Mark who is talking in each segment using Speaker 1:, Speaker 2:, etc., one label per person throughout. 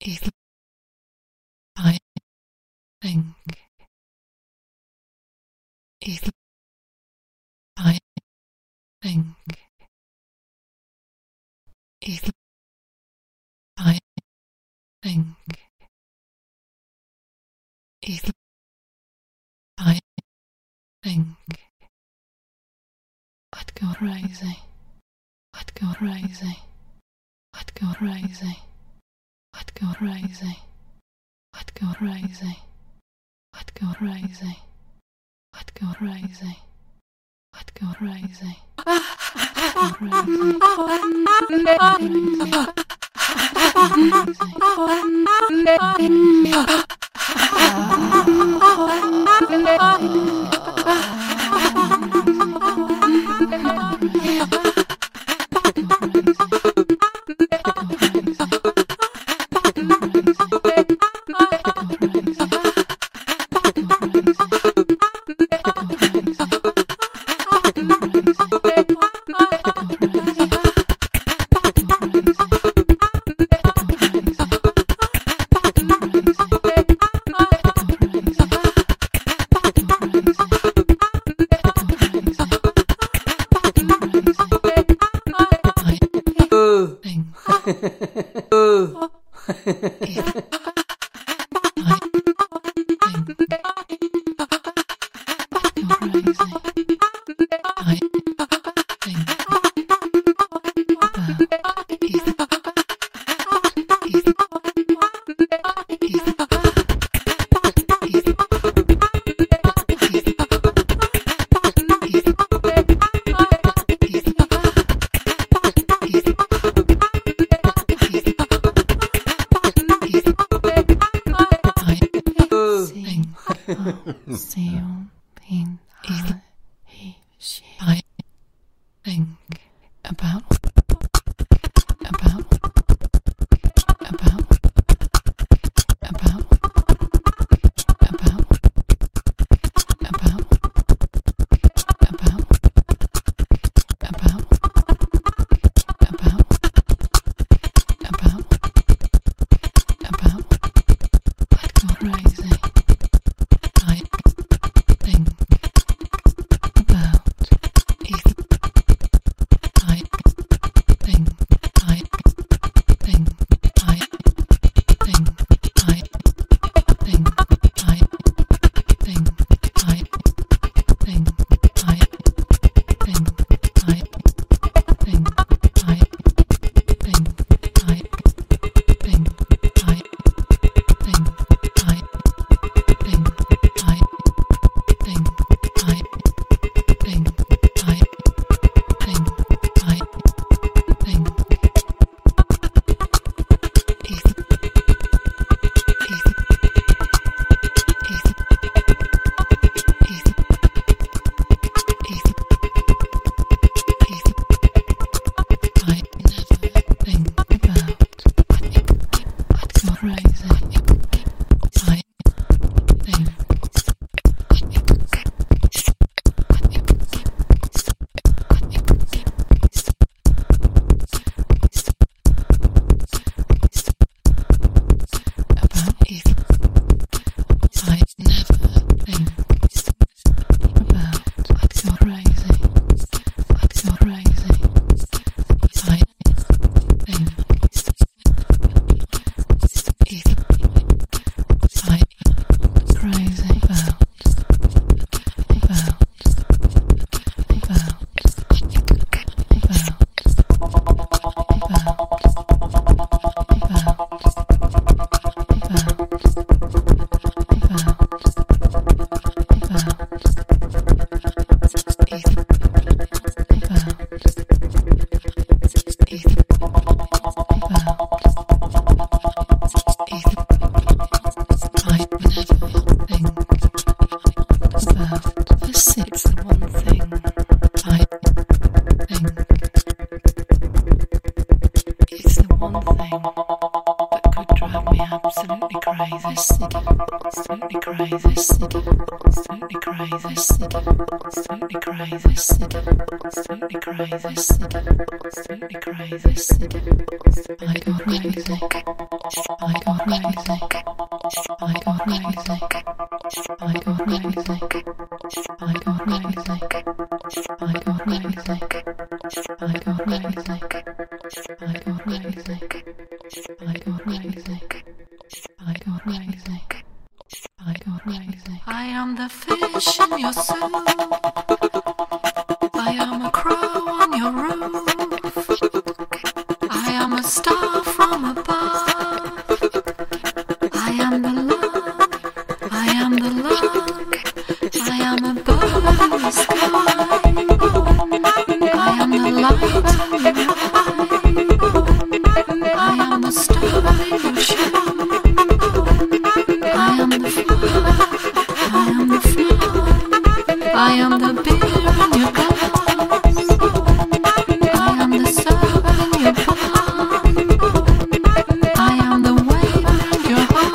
Speaker 1: If I think, if I think, if I think, if I think, I'd go crazy. I'd go crazy. I'd go crazy. I'd go crazy. I'd go crazy. I'd go crazy. I'd go crazy. I'd go crazy.
Speaker 2: Thank you.
Speaker 3: I am the fish in your soup. I am a crow on your roof. I am a star from above. I am the love. I am the love. I am a bird in the sky. I am the light in your eye. I am the star in your shine. I am the flower. I am the flower. I am the beer in your glass. I am the soap in your palm. I am the wave in your heart.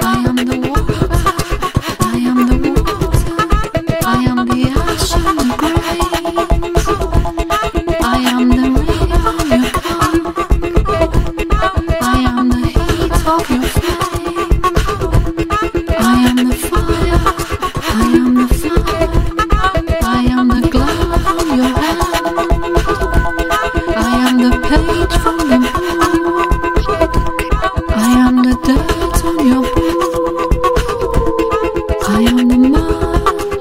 Speaker 3: I am the water. I am the water. I am the ash in the grave. I am the rain in your cup. I am the heat of your flame. I am the fire. I am the fire. I am the glove on your hand. I am the page from the book. I am the dirt on your boot. I am the mud.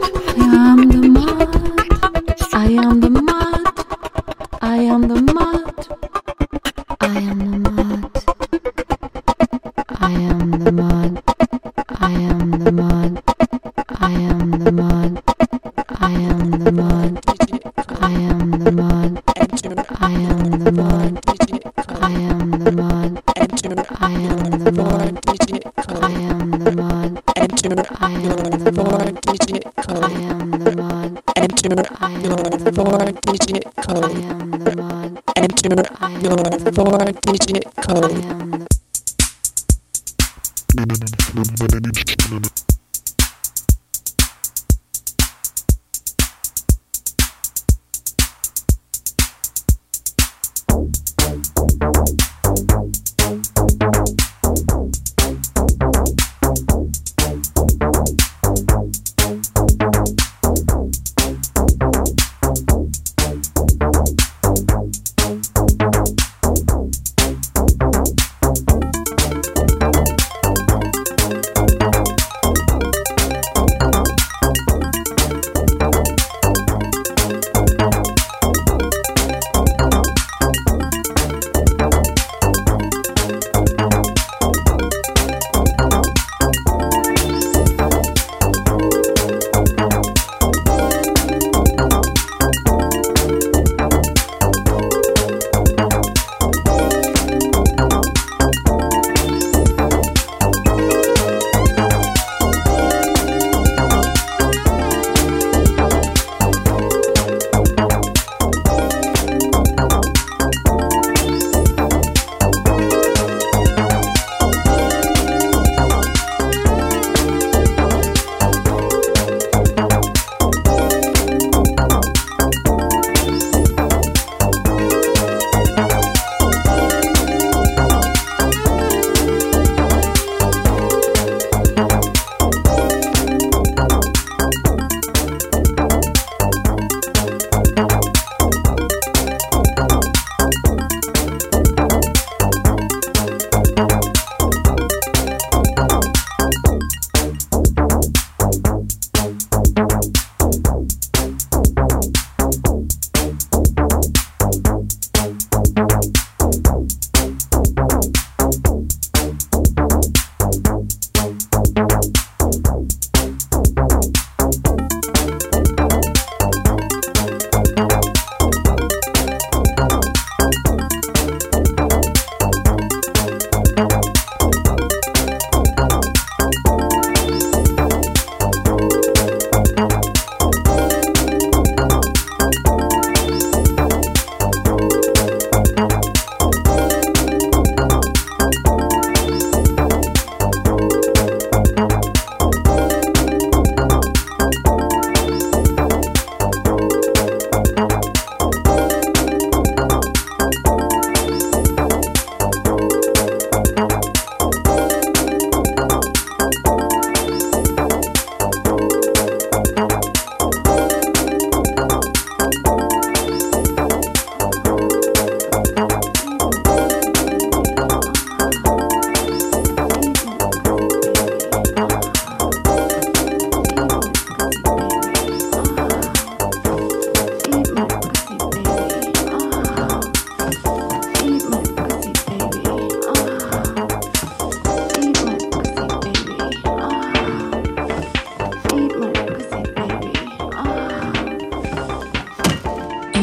Speaker 3: I am the mud. I am the mud. I am the mud. I am the mud. I am the mud. I am the mud. I am the mud. I am the mud. I am the mud. I am the mud. I am the mud. I am the mud. I am the mud. I am the mud. I am the mud. I am the mud. I am the mud. I am the mud. I am the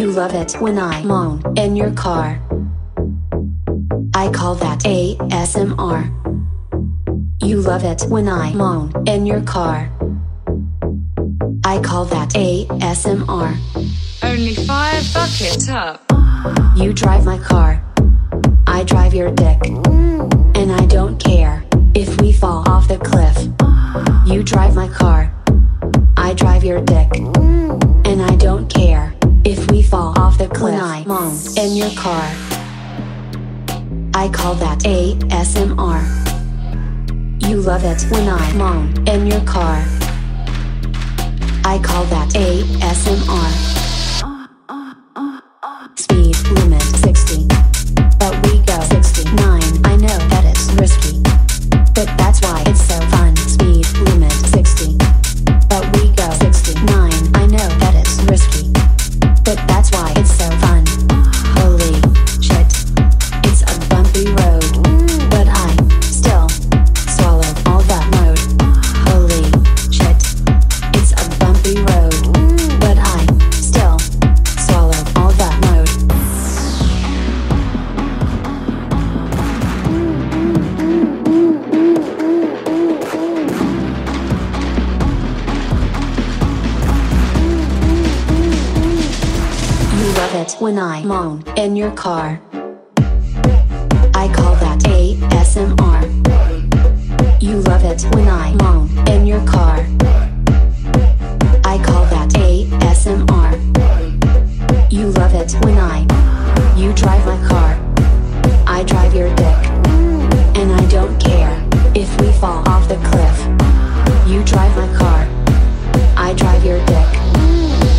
Speaker 4: love it when I moan in your car. I call that ASMR. You love it when I moan in your car. I call that ASMR.
Speaker 5: Only fire bucket up.
Speaker 4: You drive my car. I drive your dick. And I don't care if we fall off the cliff. You drive my car. I drive your dick. And I don't care if we fall off the cliff. When I moan in your car. I call that ASMR. You love it when I moan in your car. I call that ASMR. Speed limit 60. But we go 69. I know that it's risky. But that's why it's so fun. Speed limit 60. But we go 69. I know that it's risky. But that's why it's so fun. Holy shit. It's a bumpy road. But I still swallow all that load. Holy shit. It's a bumpy road. But I still swallow all that load. You love it when I moan in your car. I call that ASMR. You love it when I moan in your car. I call that ASMR. You love it when I. You drive my car. I drive your dick. And I don't care if we fall off the cliff. You drive my car. I drive your dick.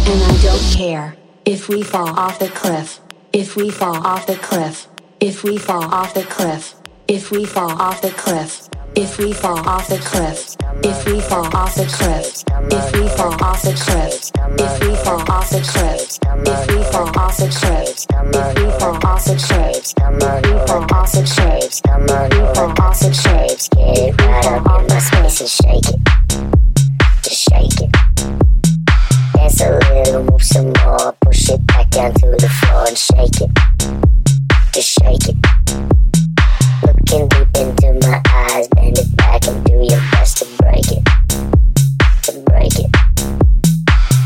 Speaker 4: And I don't care if we fall off the cliff. If we fall off the cliff. If we fall off the cliff. If we fall off the cliff. If we fall off the cliff. If we fall off the cliff. If we fall off the cliff. If we fall off the cliff. If we fall off the cliff. If we fall off the cliff. If we fall off the cliff. If we fall off the cliff. If we fall off the cliff.
Speaker 6: Just shake it. Just shake it. Dance a little, move some more. Push it back down to the floor and shake it. Just shake it. Looking deep into my eyes, bend it back and do your best to break it. To break it.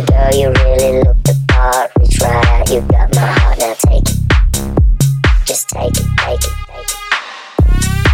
Speaker 6: Girl, you really look the part. Reach right out, you got my heart. Now take it. Just take it, take it, take it.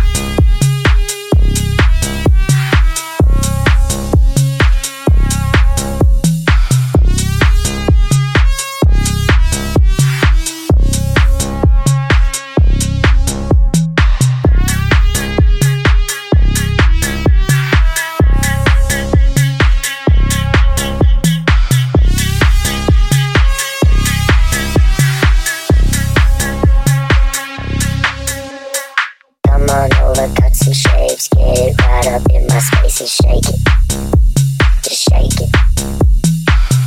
Speaker 6: Come on over, cut some shapes, get it right up in my space and shake it. Just shake it.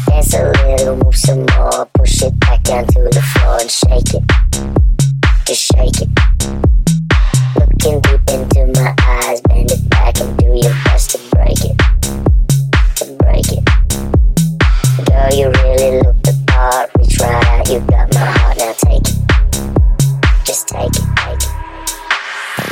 Speaker 6: Dance a little, move some more, push it back down to the floor and shake it. Just shake it. Looking deep into my eyes, bend it back and do your best to break it. To break it. Girl, you really look the part, reach right out, you got my heart, now take it. Just take it, take it.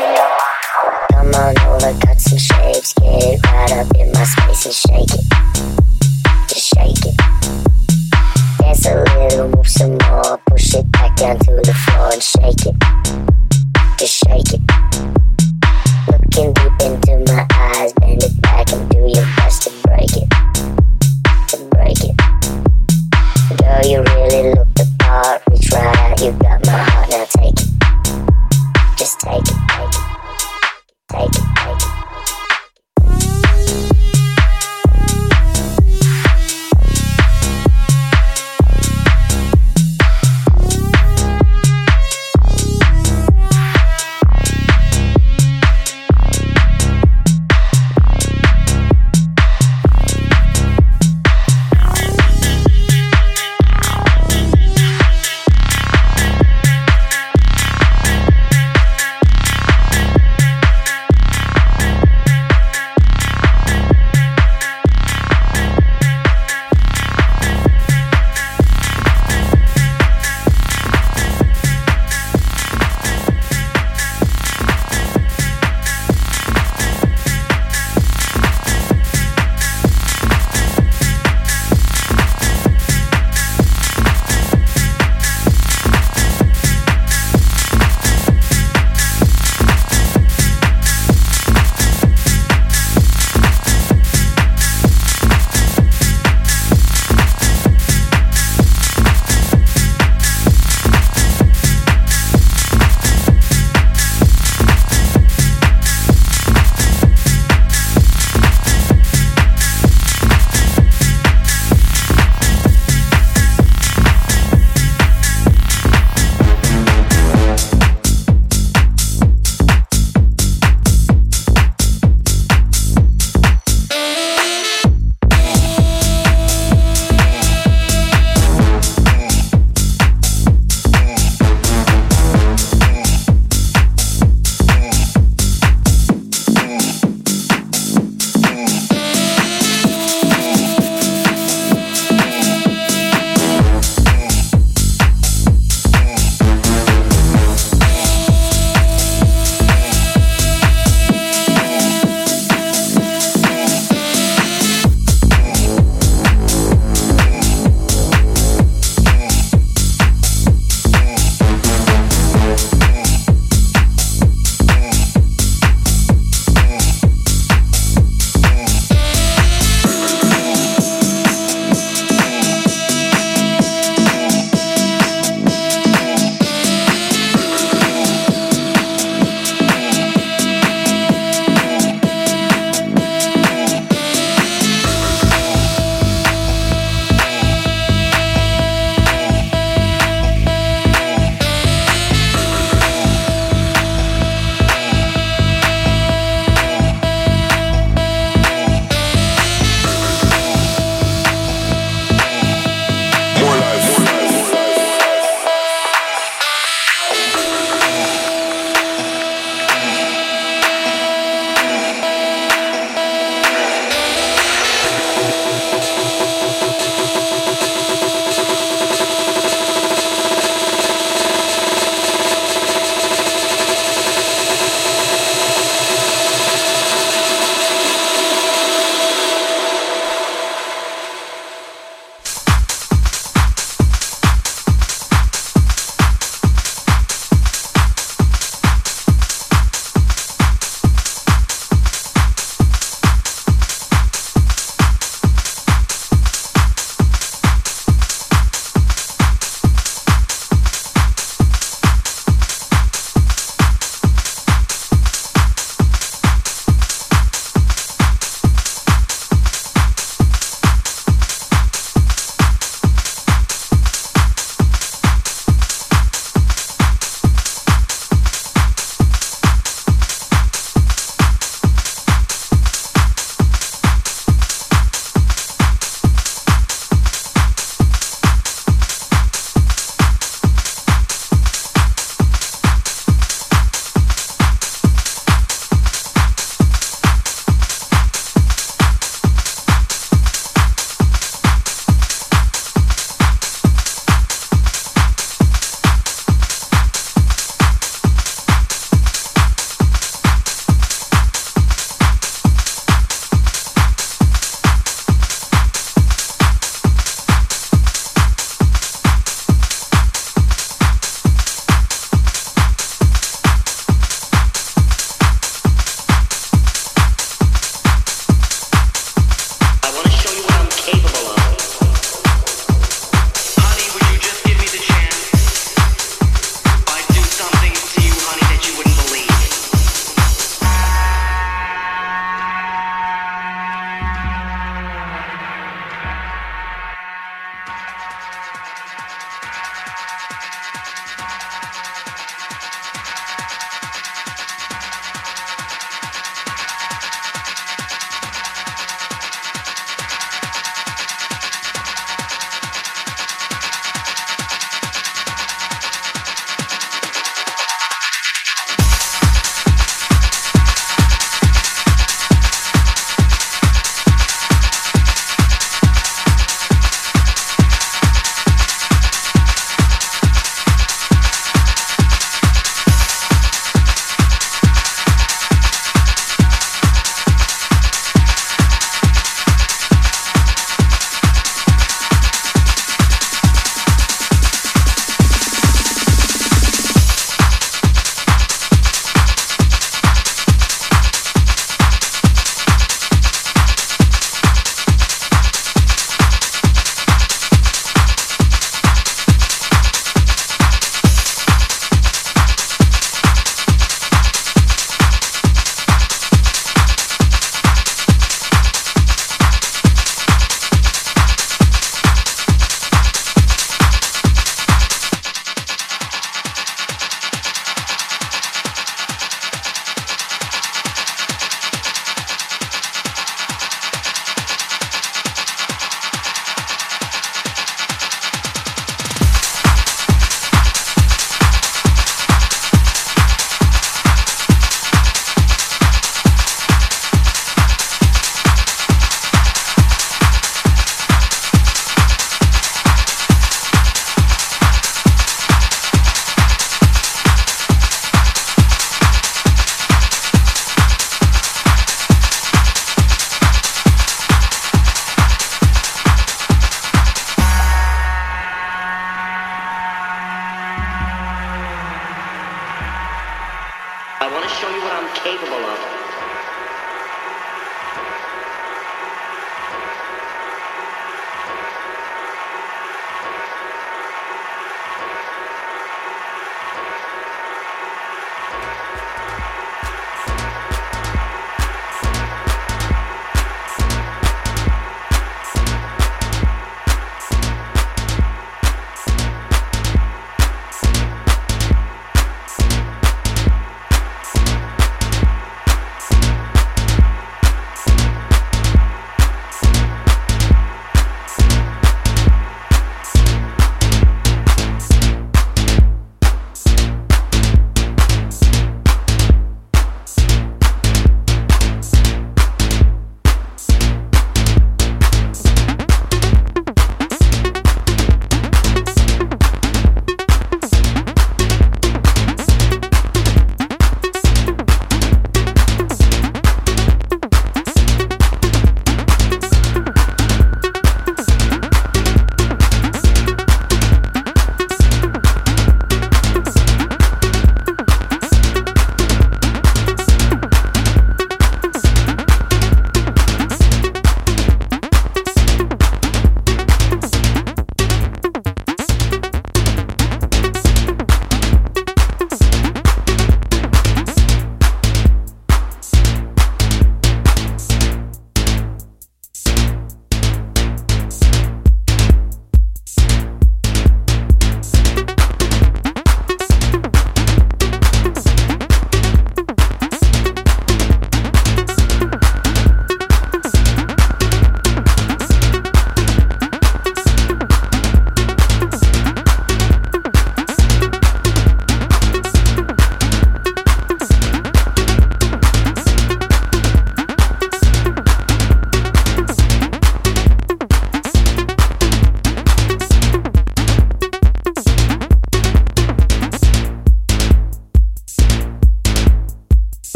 Speaker 6: Come on over, cut some shapes, get it right up in my space and shake it. Just shake it. Dance a little, move some more, push it back down to the floor and shake it. Just shake it. Looking deep into my eyes, bend it back and do your best to break it. To break it. Girl, you really look the part, reach right out, you got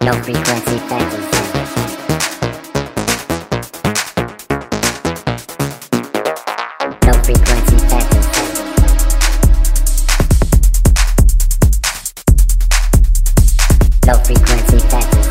Speaker 6: No frequency fantasy. No frequency fantasy. No frequency fantasy.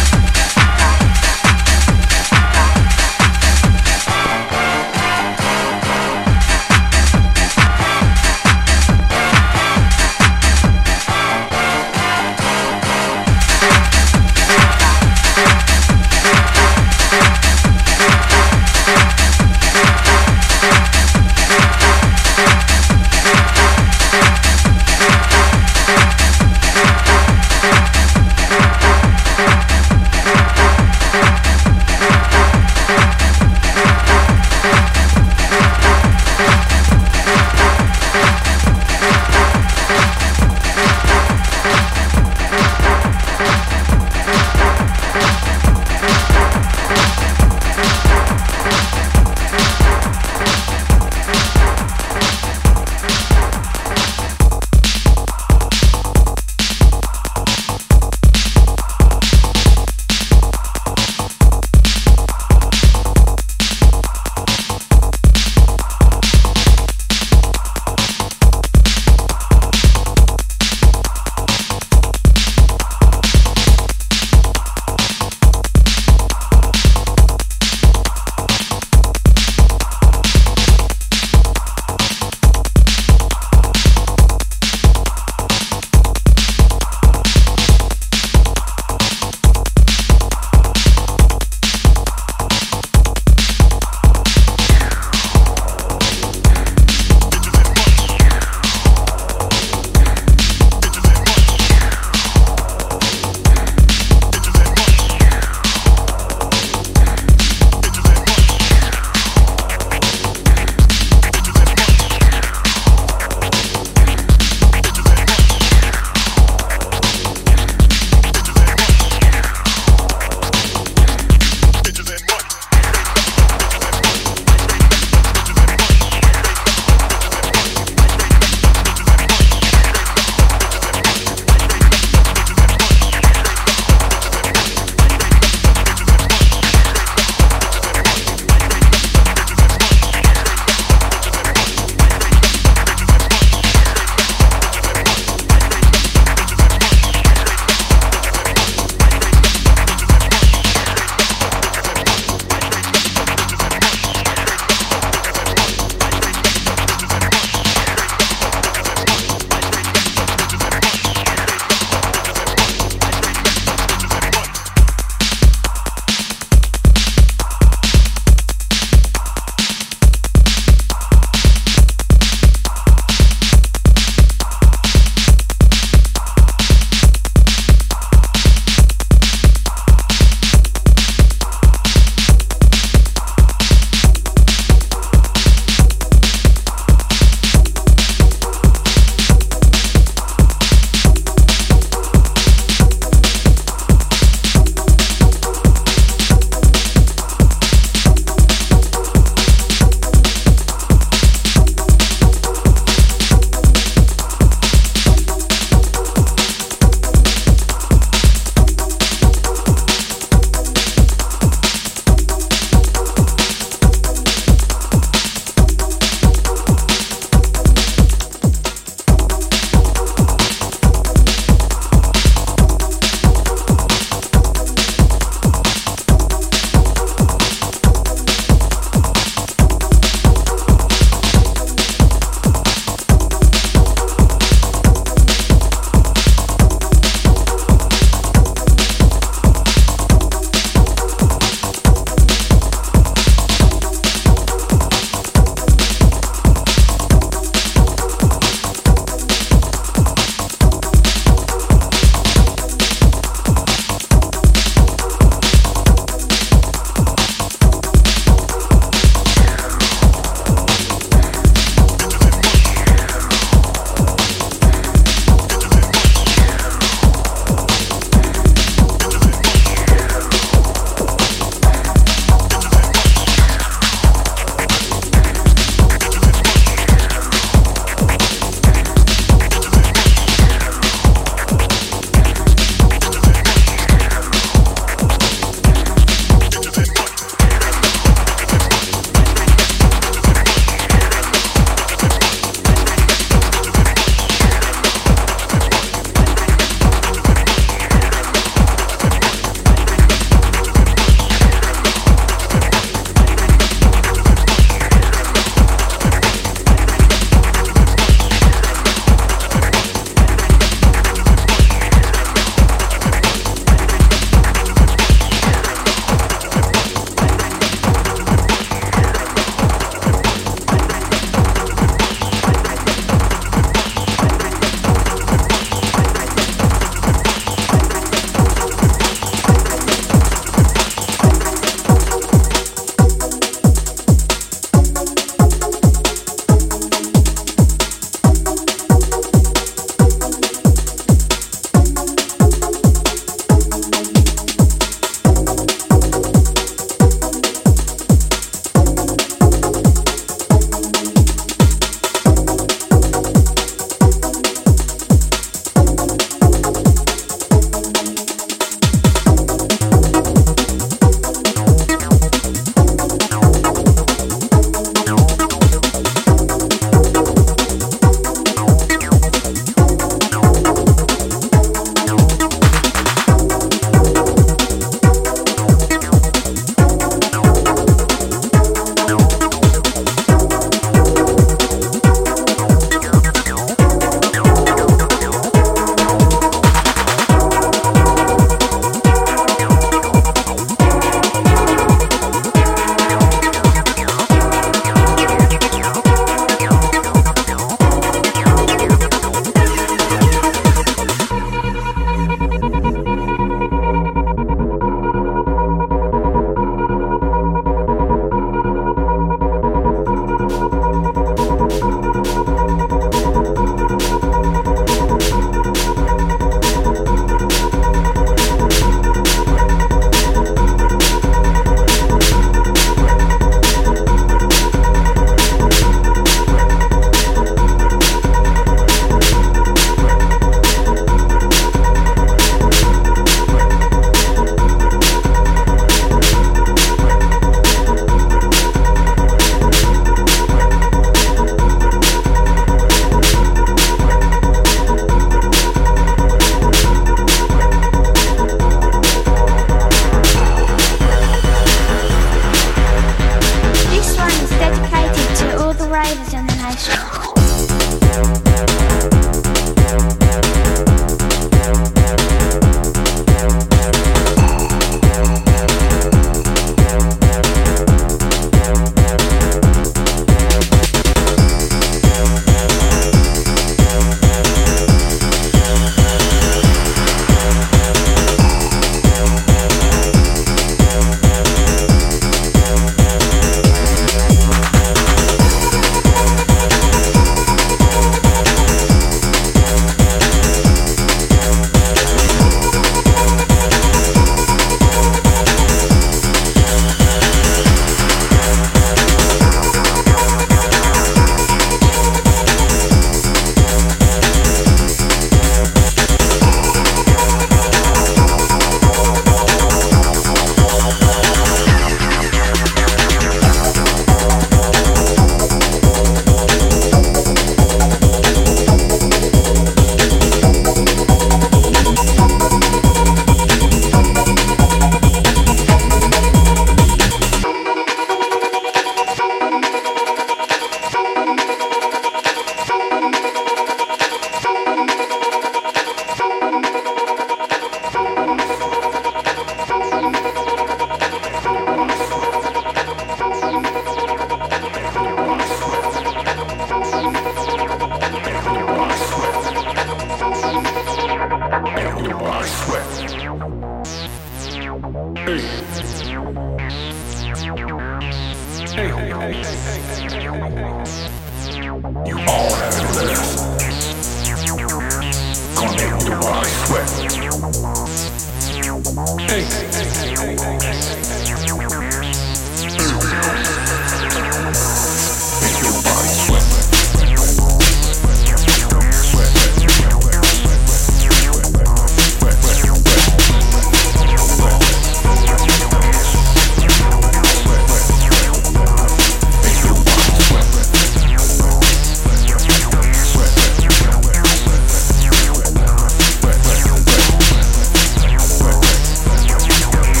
Speaker 7: Make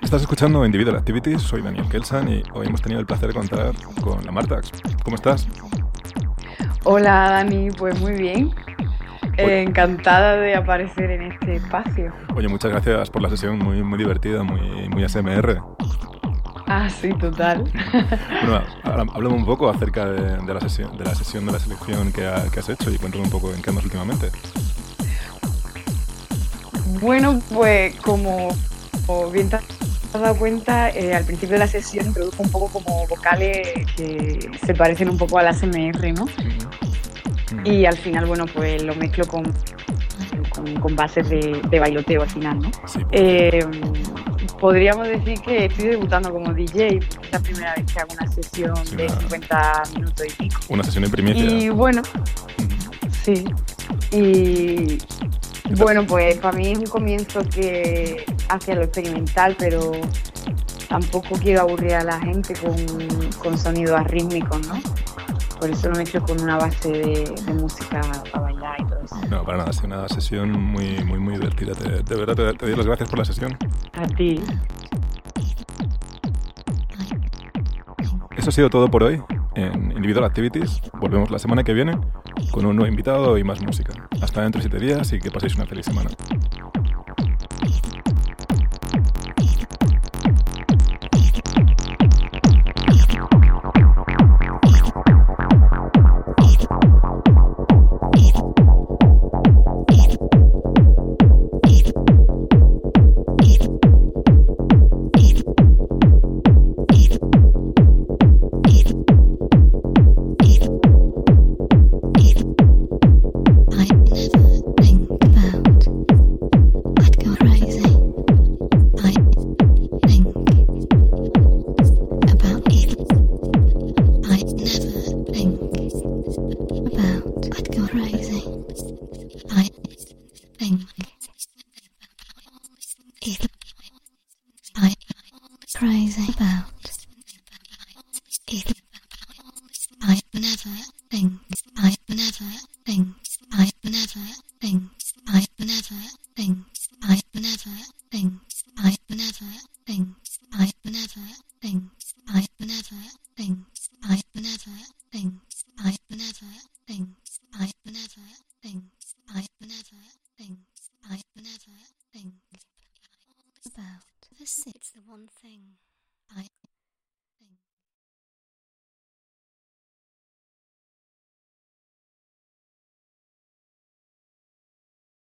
Speaker 7: Estás escuchando Individual Activities, soy Daniel Kelsan y hoy hemos tenido el placer de contar con la Marta. ¿Cómo estás?
Speaker 2: Hola Dani, pues muy bien. Eh, encantada de aparecer en este espacio.
Speaker 7: Oye, muchas gracias por la sesión, muy, muy divertida, muy, muy ASMR.
Speaker 2: Ah, sí, total.
Speaker 7: Bueno, ahora háblame un poco acerca de, de la sesión, de la sesión de la selección que, ha- que has hecho y cuéntame un poco en qué andas últimamente.
Speaker 2: Bueno, pues como, como bien te has dado cuenta, eh, al principio de la sesión introdujo un poco como vocales que se parecen un poco al ASMR, ¿no? Y al final, bueno, pues lo mezclo con, con, con bases de, de bailoteo al final, ¿no?
Speaker 7: Sí,
Speaker 2: Eh, podríamos decir que estoy debutando como DJ, porque es la primera vez que hago una sesión
Speaker 7: Sí,
Speaker 2: de
Speaker 7: una-
Speaker 2: 50 minutos y pico.
Speaker 7: una sesión en
Speaker 2: Y
Speaker 7: primicia.
Speaker 2: bueno,
Speaker 7: Ujú.
Speaker 2: Sí. Y
Speaker 7: tal?
Speaker 2: bueno, pues para mí es un comienzo que hacia lo experimental, pero tampoco quiero aburrir a la gente con, con sonidos arrítmicos, ¿no? Por eso lo mezclo con una base de, de música para bailar y todo eso.
Speaker 7: No, para nada, ha sido una sesión muy, muy, muy divertida. Te- de verdad, te, te doy las gracias por la sesión.
Speaker 2: A ti.
Speaker 7: Eso ha sido todo por hoy en Individual Activities. Volvemos la semana que viene con un nuevo invitado y más música. Hasta dentro de siete días y que paséis una feliz semana.
Speaker 3: I never think about what go crazy. I think about it. I never think about what go crazy. I think it. I crazy about it. I never think. I never think. I never think. I never think. I never think. I never think. I never think. I never think. I never think. I never think. I never think. I never think. I never think. About the six, the one thing.